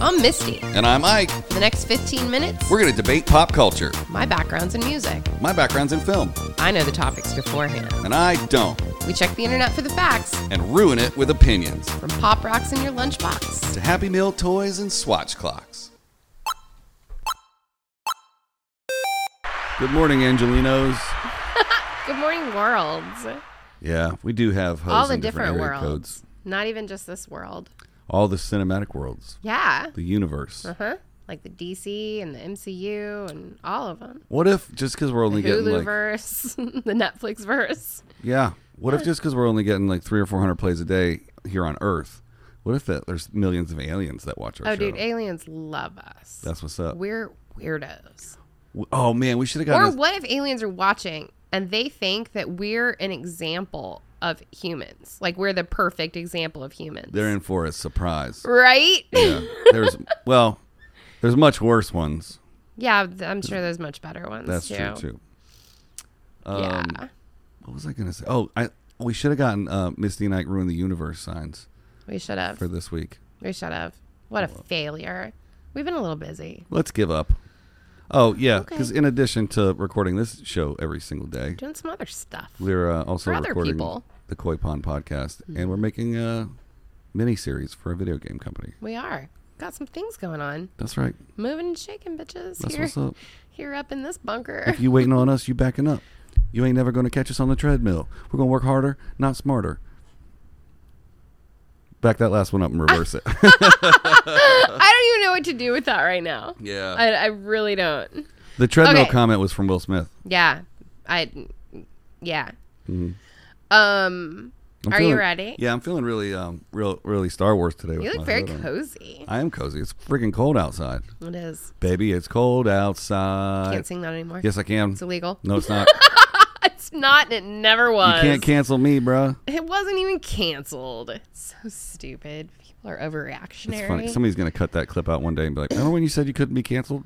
I'm Misty. And I'm Ike. For the next 15 minutes, We're going to debate pop culture. my background's in music. My background's in film, I know the topics beforehand. and I don't. We check the internet for the facts, And ruin it with opinions. from pop rocks in your lunchbox. To Happy Meal toys and swatch clocks. Good morning, Angelinos. Good morning, worlds. Yeah, we do have hosts All the in different, area worlds. codes. Not even just this world. All the cinematic worlds, Yeah. the universe. Uh huh. Like the DC and the MCU and all of them. What if just because we're only getting Hulu like verse, the Netflix verse. Yeah. What if just because we're only getting like three or four hundred plays a day here on Earth, what if that, there's millions of aliens that watch our Oh, show? dude, aliens love us. That's what's up. We're weirdos. W- oh man, we should have Or gotten. This. what if aliens are watching and they think that we're an example of humans? Like we're the perfect example of humans. They're in for a surprise. right? Yeah. There's well, there's much worse ones. yeah, th- I'm sure there's much better ones. That's too. true too. Um, yeah. What was I gonna say? Oh, I we should have gotten uh, Misty and Ike ruin the universe signs We should have. for this week. We should have. What a failure. We've been a little busy. Let's give up. Oh yeah, because Okay. in addition to recording this show every single day, Doing some other stuff. We're uh, also For other recording people. Mm-hmm. the Koi Pond podcast, and we're making a mini series for a video game company. We are. Got some things going on. That's right. Moving and shaking bitches That's here. what's up. Here up in this bunker. If you waiting on us, you backing up. You ain't never going to catch us on the treadmill. We're going to work harder, not smarter. Back that last one up and Ah. reverse it. I don't even know what to do with that right now. Yeah. I, I really don't. the treadmill Uh, Okay. comment was from Will Smith. Yeah. I yeah. Mm-hmm. Um I'm are you feeling- ready? Yeah, I'm feeling really, um, real, really Star Wars today. You with look my very hood on. cozy. I am cozy. It's freaking cold outside, It is. baby. It's cold outside. Can't sing that anymore. Yes, I can. It's illegal. No, it's not. It's not. It never you was. can't cancel me, bruh. it wasn't even canceled. It's so stupid. People are overreactionary. It's funny. Somebody's gonna cut that clip out one day and be like, "Remember when you said you couldn't be canceled?"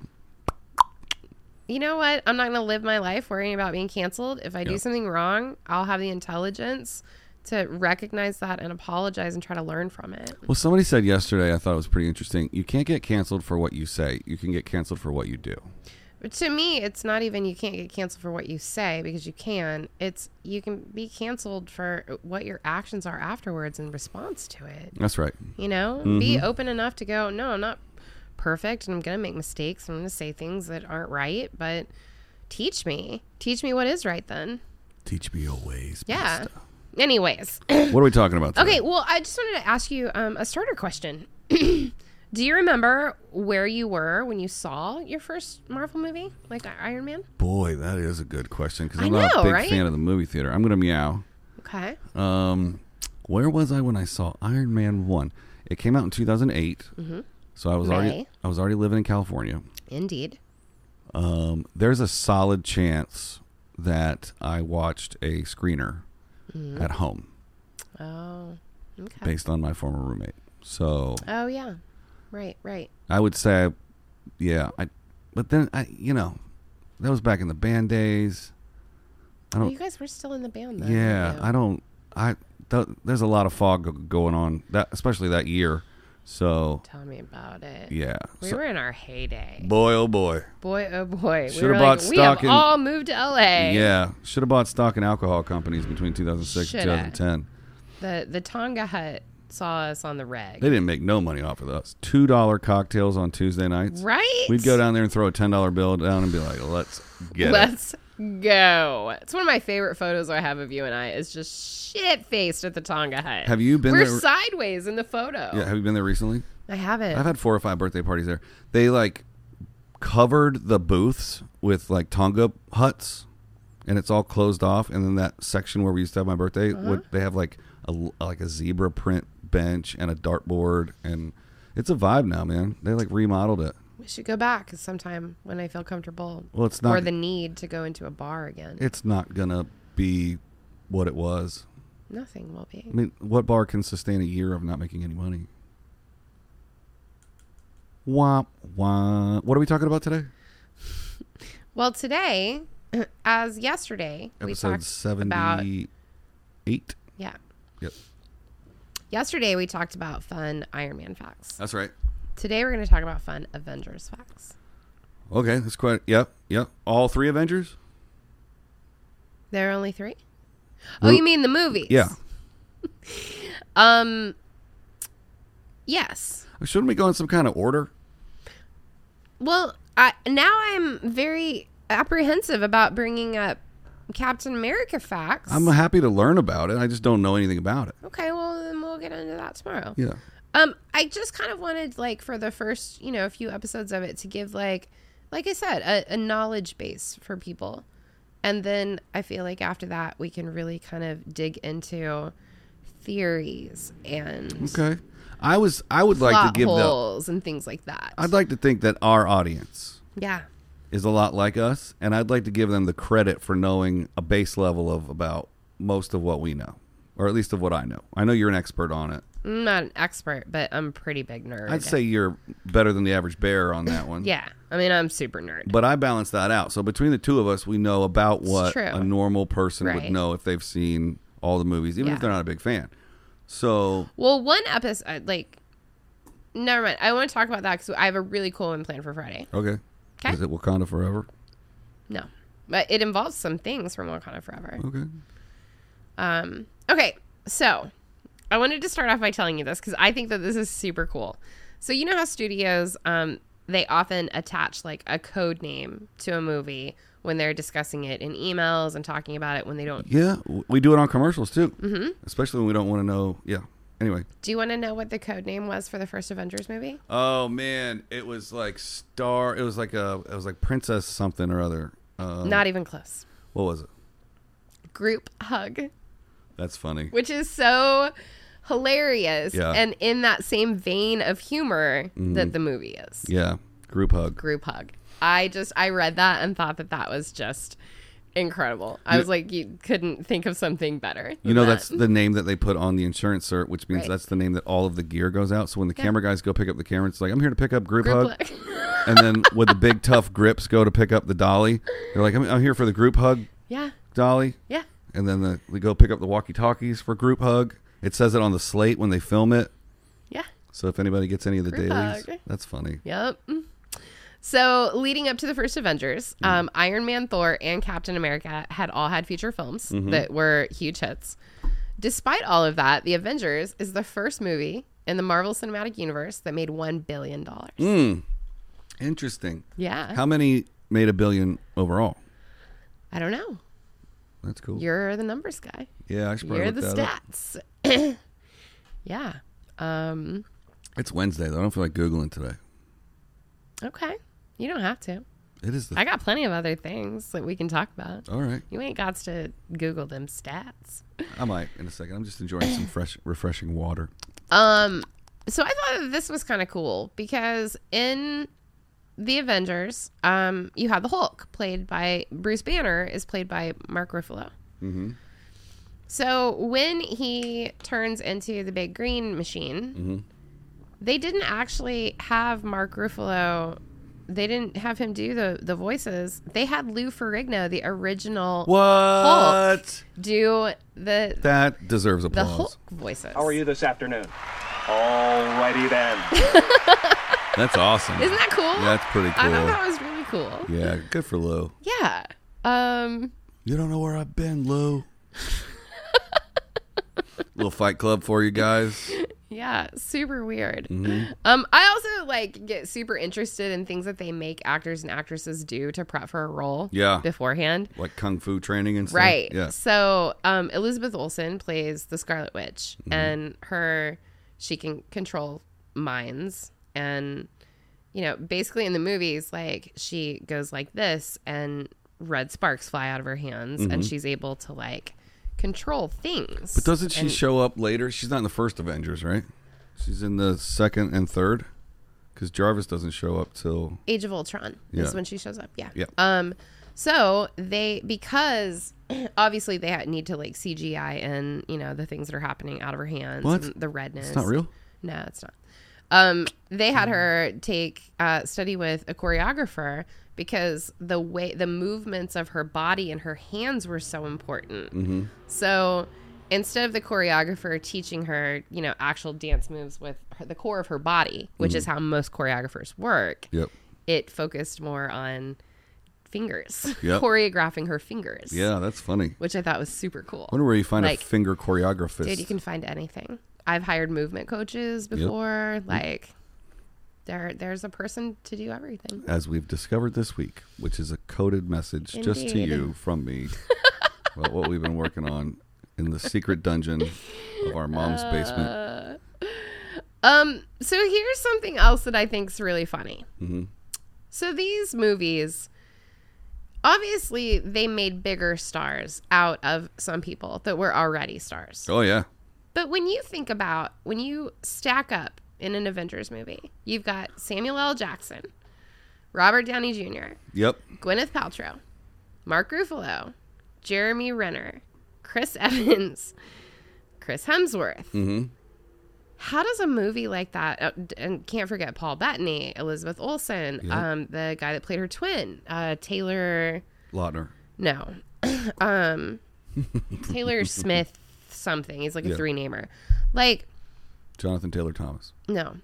you know what? I'm not going to live my life worrying about being canceled. If I do Yeah. something wrong, I'll have the intelligence to recognize that and apologize and try to learn from it. Well, somebody said yesterday. I thought it was pretty interesting. You can't get canceled for what you say. You can get canceled for what you do. But to me, it's not even you can't get canceled for what you say because you can. It's you can be canceled for what your actions are afterwards in response to it. That's right. You know, be open enough to go, no, I'm not perfect and I'm going to make mistakes. I'm going to say things that aren't right, but teach me. Teach me what is right then. Teach me your ways. Yeah. Anyways. What are we talking about? Today? okay. Well, I just wanted to ask you um, a starter question. Do you remember where you were when you saw your first Marvel movie, like I- Iron Man? Boy, that is a good question because I I'm not know, a big right? fan of the movie theater. I'm gonna meow. Okay. Um, where was I when I saw Iron Man one? It came out in 2008. So I was Mm-hmm. Right. already I was already living in California. Indeed. Um, there's a solid chance that I watched a screener Mm-hmm. at home Oh. Okay. based on my former roommate. So Oh yeah. Right, right. I would say, yeah, I. But then I, you know, that was back in the band days. I Well, don't. you guys were still in the band then. Oh. yeah, weren't you? I don't. I th- there's a lot of fog go- going on that, especially that year. So Tell me about it. yeah, We So- were in our heyday. boy, oh boy, Boy, oh boy. We Shoulda were bought like, we have stock in- all moved to LA. yeah, should have bought stock in alcohol companies between 2006 Shoulda. and 2010. The the Tonga Hut saw us on the reg. They didn't make no money off of us. Two dollar cocktails on Tuesday nights. right? We'd go down there and throw a ten dollar bill down and be like, "Let's get it." Let's go. It's one of my favorite photos I have of you and I is just shit faced at the Tonga Hut. Have you been We're there- sideways in the photo. Yeah, have you been there recently? I haven't. I've had four or five birthday parties there. They like covered the booths with like Tonga huts, and it's all closed off. And then that section where we used to have my birthday, Uh-huh. would they have like a like a zebra print bench and a dartboard, and it's a vibe now, man. They like remodeled it. we should go back sometime when I feel comfortable. Well, it's or not. the need to go into a bar again. it's not gonna be what it was. Nothing will be. I mean, what bar can sustain a year of not making any money? Womp womp. What are we talking about today? Well, today, as yesterday, we Episode talked about seventy eight. yeah. Yep. Yesterday we talked about fun Iron Man facts. That's right. Today we're going to talk about fun Avengers facts. Okay, that's quite. Yep, yep. All three Avengers. There are only three. Oh, Ru- you mean the movies? Yeah. Um. Yes. Shouldn't we go in some kind of order? Well, I now I'm very apprehensive about bringing up Captain America facts. I'm happy to learn about it. I just don't know anything about it. okay, well then we'll get into that tomorrow. Yeah. Um, I just kind of wanted like for the first you know few episodes of it to give like like I said a, a knowledge base for people, and then I feel like after that we can really kind of dig into theories and Okay. I was. I would plot like to give the. holes and things like that. I'd like to think that our audience yeah. is a lot like us, and I'd like to give them the credit for knowing a base level of about most of what we know, or at least of what I know. I know you're an expert on it. I'm not an expert, but I'm a pretty big nerd. I'd say you're better than the average bear on that one. Yeah. I mean, I'm super nerd. But I balance that out. So between the two of us, we know about what true. a normal person would Right. know if they've seen all the movies, even if Yeah. they're not a big fan. So Well, one episode, like, never mind. I want to talk about that because I have a really cool one planned for Friday. okay, 'Kay. is it Wakanda Forever? No, but it involves some things from Wakanda Forever. Okay, Um, okay, so I wanted to start off by telling you this because I think that this is super cool. So you know how studios, um, they often attach like a code name to a movie when they're discussing it in emails and talking about it when they don't. yeah, w- we do it on commercials too, mm-hmm. especially when we don't want to know. Yeah. Anyway, Do you want to know what the code name was for the first Avengers movie? oh man, it was like Star. It was like a. It was like Princess something or other. Um, Not even close. what was it? Group hug. That's funny. which is so hilarious Yeah. and in that same vein of humor that the movie is. Yeah, group hug. Group hug. I just I read that and thought that that was just incredible. I was like, you couldn't think of something better. You than know that. that's the name that they put on the insurance cert, which means Right. that's the name that all of the gear goes out. So when the camera guys go pick up the camera, it's like I'm here to pick up group, Group hug, and then when the big tough grips go to pick up the dolly, they're like I'm, I'm here for the group hug yeah, dolly, yeah. and then the, we go pick up the walkie talkies for group hug. It says it on the slate when they film it, Yeah. so if anybody gets any of the Group dailies, hug. that's funny. Yep. So, leading up to the first Avengers, Mm-hmm. um, Iron Man, Thor, and Captain America had all had feature films Mm-hmm. that were huge hits. Despite all of that, The Avengers is the first movie in the Marvel Cinematic Universe that made $1 billion. Interesting. Yeah. Mm. How many made a billion overall? I don't know. That's cool. You're the numbers guy, yeah, I should probably you're look the that up. stats. yeah. Um, It's Wednesday though. I don't feel like googling today. okay. You don't have to. It is the I got plenty of other things that we can talk about. all right. You ain't got to Google them stats. I might in a second. I'm just enjoying some fresh, refreshing water. Um, so I thought that this was kind of cool because in the Avengers, um, you have the Hulk played by Bruce Banner is played by Mark Ruffalo. Mm-hmm. So when he turns into the big green machine, Mm-hmm. they didn't actually have Mark Ruffalo. They didn't have him do the the voices. They had Lou Ferrigno, the original, What? do the That deserves the applause. Hulk voices. How are you this afternoon? Alrighty then. That's awesome. Isn't that cool? That's pretty I thought cool. that was really cool. yeah, good for Lou. Yeah. Um You don't know where I've been, Lou. Little Fight Club for you guys. yeah, super weird. Mm-hmm. Um I also like get super interested in things that they make actors and actresses do to prep for a role Yeah. beforehand. Like kung fu training and stuff. Right. Yeah. So um Elizabeth Olsen plays the Scarlet Witch Mm-hmm. and her she can control minds and you know, basically in the movies, like she goes like this and red sparks fly out of her hands and she's able to like control things. Mm-hmm. But doesn't she show up later? She's not in the first Avengers, right? She's in the second and third. Because Jarvis doesn't show up till Age of Ultron Yeah. is when she shows up. Yeah. Yeah. Um. So they because obviously they had- need to like CGI and you know the things that are happening out of her hands What? and the redness. it's not real. No, it's not. Um, they had her take uh, study with a choreographer because the Mm-hmm. way the movements of her body and her hands were so important. So instead of the choreographer teaching her, you know, actual dance moves with her, the core of her body, which Mm-hmm. is how most choreographers work, Yep. it focused more on fingers, Yep. choreographing her fingers. Yeah, that's funny. Which I thought was super cool. I wonder where you find Like- a finger choreographist. Dude, you can find anything. I've hired movement coaches before. Like, there, there's a person to do everything. as we've discovered this week, which is a coded message just to Indeed. you from me about what we've been working on in the secret dungeon of our mom's Uh, basement. Um, so here's something else that I think's really funny. Mm-hmm. So these movies, obviously, they made bigger stars out of some people that were already stars. Oh yeah, But when you think about when you stack up in an Avengers movie, you've got Samuel L. Jackson, Robert Downey Jr., yep, Gwyneth Paltrow, Mark Ruffalo, Jeremy Renner, Chris Evans, Chris Hemsworth. Mhm. How does a movie like that, oh, d- and can't forget Paul Bettany, Elizabeth Olsen, um, the guy that played her twin, uh, Taylor, Lautner. no, um, Taylor Smith something. He's like a Yeah. three namer. Like, Jonathan Taylor Thomas. no.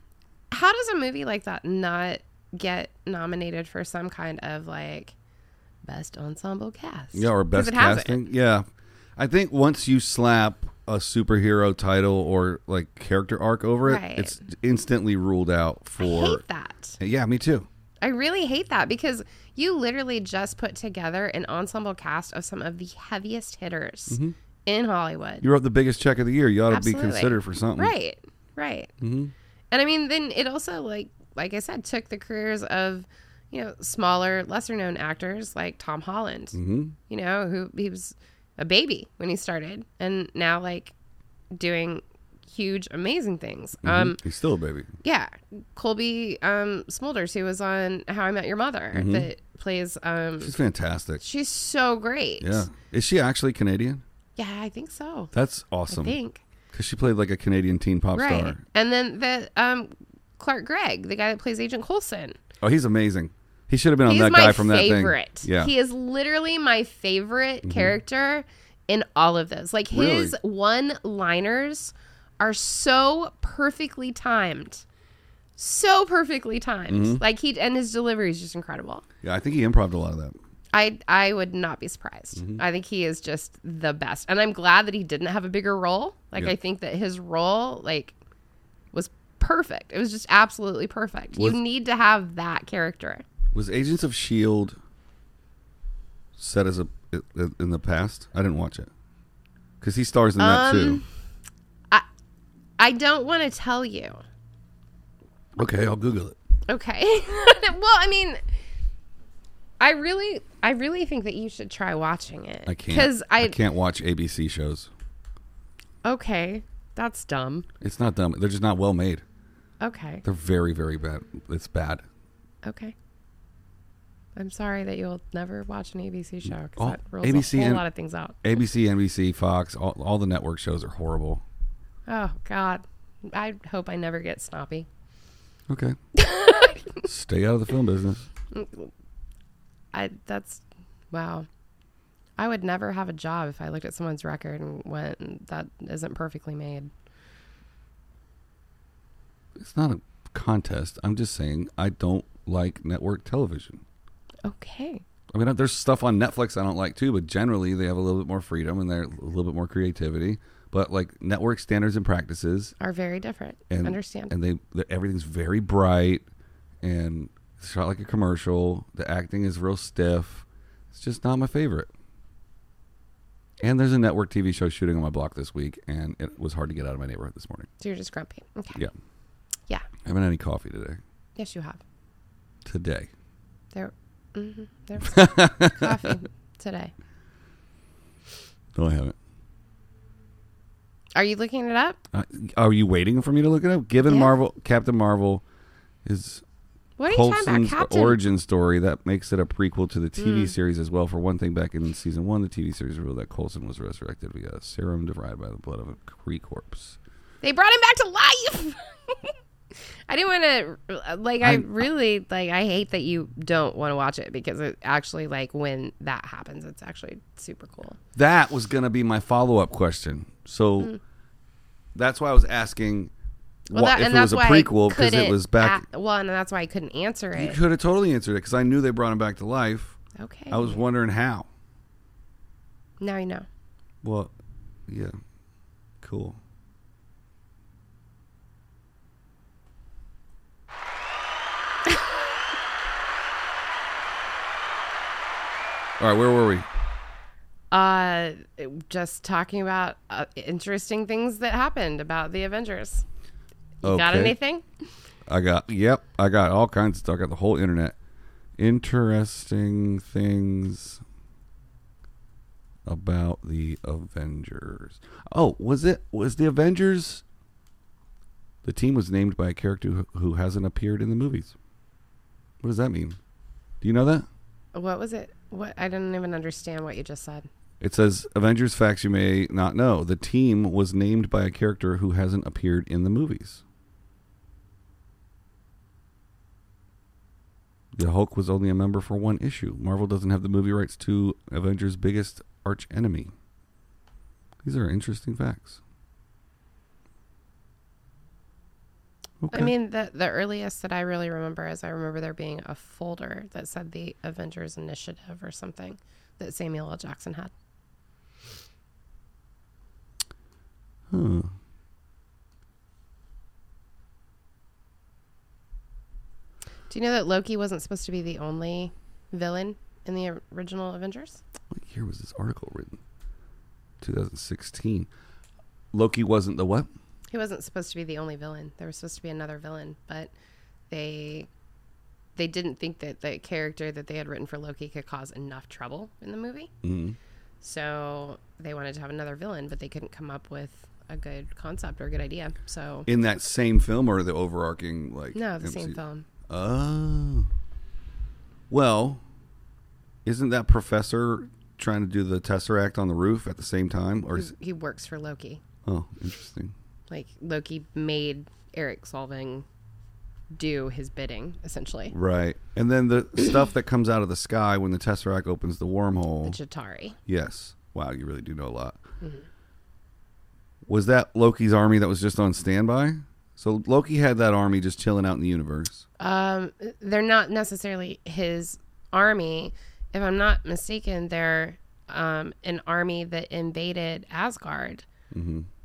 How does a movie like that not get nominated for some kind of like best ensemble cast? Yeah, or 'Cause best it hasn't. casting. Yeah, I think once you slap a superhero title or like character arc over it, Right. it's instantly ruled out for. I hate that. Yeah, me too. I really hate that because you literally just put together an ensemble cast of some of the heaviest hitters in Hollywood. Mm-hmm. You wrote the biggest check of the year. You ought to be Absolutely. considered for something. Right. Right. Mm-hmm. And I mean, then it also like like I said, took the careers of you know smaller, lesser known actors like Tom Holland. Mm-hmm. You know, who he was a baby when he started, and now like doing huge, amazing things. Mm-hmm. Um, He's still a baby. yeah, Colby um, Smulders, who was on How I Met Your Mother, that plays. Um, Mm-hmm. She's fantastic. she's so great. Yeah. Is she actually Canadian? Yeah, I think so. That's I awesome. think. Because she played like a Canadian teen pop Right. star. And then the um Clark Gregg, the guy that plays Agent Coulson. Oh, he's amazing. He should have been on He's that my guy from favorite. that thing. Yeah. Mm-hmm. He is literally my favorite character in all of those. Like Really? his one liners are so perfectly timed. So perfectly timed. Mm-hmm. Like he and his delivery is just incredible. yeah, I think he improv a lot of that. I I would not be surprised. Mm-hmm. I think he is just the best, and I'm glad that he didn't have a bigger role. Like Yeah. I think that his role like was perfect. It was just absolutely perfect. Was- you need to have that character. Was Agents of S.H.I.E.L.D. E set as a in the past? I didn't watch it. Because he stars in that too. Um, I don't want to tell you. Okay, I'll Google it. Okay. well, I mean, I really, I really think that you should try watching it. I can't. Because I, can't watch ABC shows. okay, that's dumb. It's not dumb. They're just not well made. Okay. They're very, very bad. It's bad. Okay. I'm sorry that you'll never watch an ABC show because Oh, that rules ABC a whole and- lot of things out. ABC, NBC, Fox, all, all the network shows are horrible. Oh God, I hope I never get snoppy. Okay. Stay out of the film business. I that's wow. I would never have a job if I looked at someone's record and went, "That isn't perfectly made." It's not a contest. I'm just saying I don't like network television. Okay. I mean, there's stuff on Netflix I don't like too, but generally they have a little bit more freedom and they're a little bit more creativity. But like network standards and practices, Are very different. and Understand. and they they're- everything's very bright and it's shot like a commercial. The acting is real stiff. It's just not my favorite. And there's a network TV show shooting on my block this week, and it was hard to get out of my neighborhood this morning. so you're just grumpy. Okay. Yeah, Yeah. haven't had any coffee today. Yes, you have. Today. There. mhm, there was coffee today. No, I haven't. Are you looking it up? Uh, are you waiting for me to look it up? Given Yeah. Marvel, Captain Marvel is What are you talking Colson's about, Captain? Mm. origin story that makes it a prequel to the TV series as well. For one thing, back in season one, the TV series revealed that Colson was resurrected via a serum derived by the blood of a Kree corpse. They brought him back to life. I didn't want to like. I, really like. I hate that you don't want to watch it because it actually like when that happens, it's actually super cool. That was going to be my follow up question. So that's why I was asking Mm. Well, wha- that, if and it was that's a why I prequel because it couldn't was back. a- well, and that's why I couldn't answer you it. could have totally answered it because I knew they brought him back to life. Okay. I was wondering how. now you know. Well, yeah, cool. All right, where were we? Uh, just talking about uh, interesting things that happened about the Avengers. You got Okay. anything? I got yep, I got all kinds of stuff. I got the whole internet. Interesting things about the Avengers. Oh, was it was the Avengers the team was named by a character who, who hasn't appeared in the movies. What does that mean? Do you know that? What was it? What I didn't even understand what you just said. It says Avengers facts you may not know. The team was named by a character who hasn't appeared in the movies. The Hulk was only a member for one issue. Marvel doesn't have the movie rights to Avengers' biggest arch enemy. These are interesting facts. Okay. I mean, the the earliest that I really remember is I remember there being a folder that said the Avengers Initiative or something that Samuel L. Jackson had. Huh. Do you know that Loki wasn't supposed to be the only villain in the original Avengers? What year was this article written? 2016. Loki wasn't the what? He wasn't supposed to be the only villain. There was supposed to be another villain, but they they didn't think that the character that they had written for Loki could cause enough trouble in the movie. Mhm. So they wanted to have another villain, but they couldn't come up with a good concept or a good idea. So In that same film or the overarching like no, the MCU? same film. Oh. Well, isn't that professor trying to do the tesseract on the roof at the same time? Or is, He works for Loki. oh, interesting. Like Loki made Eric Solving do his bidding, essentially. Right. And then the stuff that comes out of the sky when the tesseract opens the wormhole. Jatari. yes. Wow, you really do know a lot. Mm-hmm. Was that Loki's army that was just on standby? So Loki had that army just chilling out in the universe. Um, they're not necessarily his army. If I'm not mistaken, they're um, an army that invaded Asgard.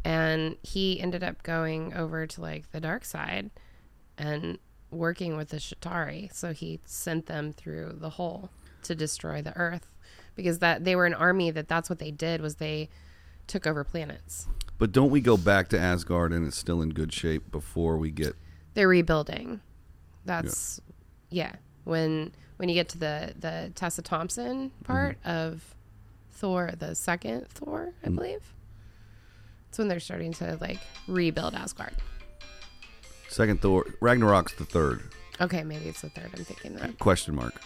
And he ended up going over to like the dark side and working with the Shatari. So he sent them through the hole to destroy the earth because that they were an army that that's what they did was they took over planets. But don't we go back to Asgard and it's still in good shape before we get they're rebuilding. That's yeah. When when you get to the the Tessa Thompson part of Thor, the second Thor, I believe. It's when they're starting to like rebuild Asgard. second Thor Ragnarok's the third. Okay, maybe it's the third. I'm thinking that Question mark.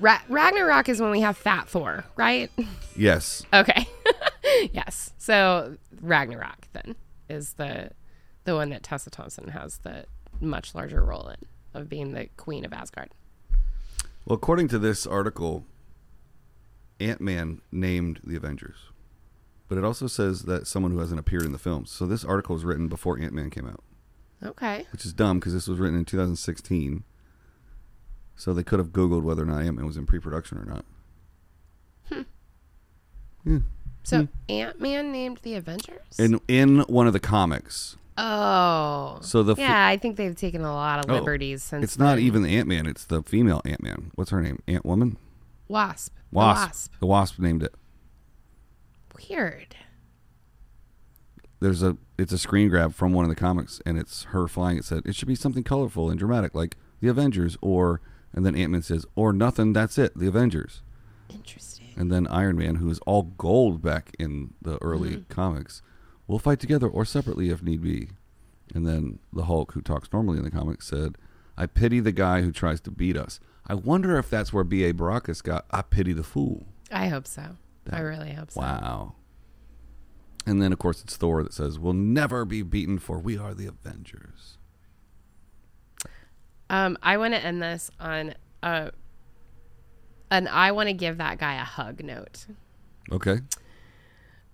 Ra- Ragnarok is when we have Fat Thor, right? Yes. Okay. yes. So Ragnarok then is the the one that Tessa Thompson has the much larger role in of being the queen of Asgard. Well, according to this article, Ant Man named the Avengers. But it also says that someone who hasn't appeared in the films. So this article was written before Ant Man came out, Okay. which is dumb because this was written in 2016. So they could have Googled whether or not Ant Man was in pre production or not. So Hmm. Ant Man named the Avengers. In, in one of the comics. oh, So the. f- yeah, I think they've taken a lot of Oh, liberties since It's not then. even the Ant Man, it's the female Ant Man. What's her name? Ant Woman? Wasp. The Wasp. Wasp. The Wasp named it. Weird. there's a it's a screen grab from one of the comics and it's her flying it said it should be something colorful and dramatic like the avengers or and then ant-man says or nothing that's it the avengers Interesting. and then iron man who is all gold back in the early comics will fight together or separately if need be and then the hulk who talks normally in the comics said i pity the guy who tries to beat us i wonder if that's where ba baracus got i pity the fool I hope so. I really hope so. Wow. And then, of course, it's Thor that says, We'll never be beaten, for we are the Avengers. Um, I want to end this on a, an I want to give that guy a hug note. Okay.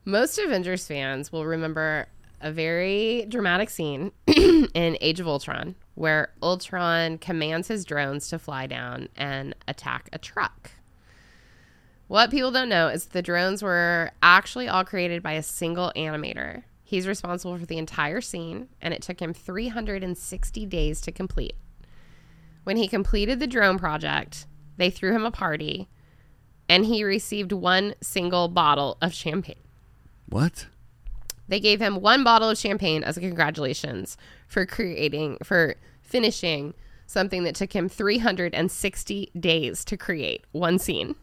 Most Avengers fans will remember a very dramatic scene in Age of Ultron where Ultron commands his drones to fly down and attack a truck. What people don't know is the drones were actually all created by a single animator. He's responsible for the entire scene, and it took him 360 days to complete. When he completed the drone project, they threw him a party, and he received one single bottle of champagne. What? They gave him one bottle of champagne as a congratulations for creating, for finishing something that took him 360 days to create one scene.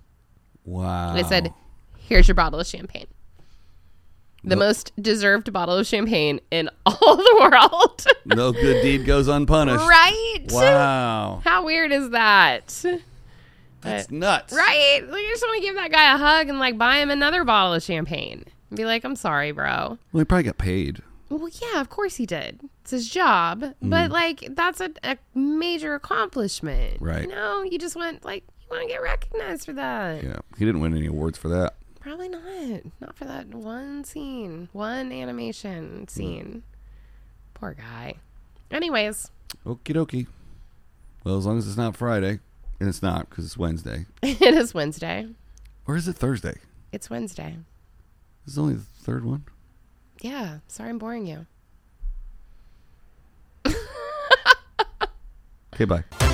Wow. They said, here's your bottle of champagne. The Well- most deserved bottle of champagne in all the world. no good deed goes unpunished. right? Wow. How weird is that? That's nuts. Right? Like, I just want to give that guy a hug and like buy him another bottle of champagne. And be like, I'm sorry, bro. Well, he probably got paid. Well, yeah, of course he did. It's his job, Mm. but like that's a, a major accomplishment, Right. You know, you just want like you want to get recognized for that. Yeah. He didn't win any awards for that. Probably not, not for that one scene, one Mm. animation scene. Poor guy. Anyways, Okie dokie. Well, as long as it's not Friday, and it's not because it's Wednesday, it is Wednesday. or is it Thursday? It's Wednesday. This is only the third one. Yeah, sorry I'm boring you. Okay, bye.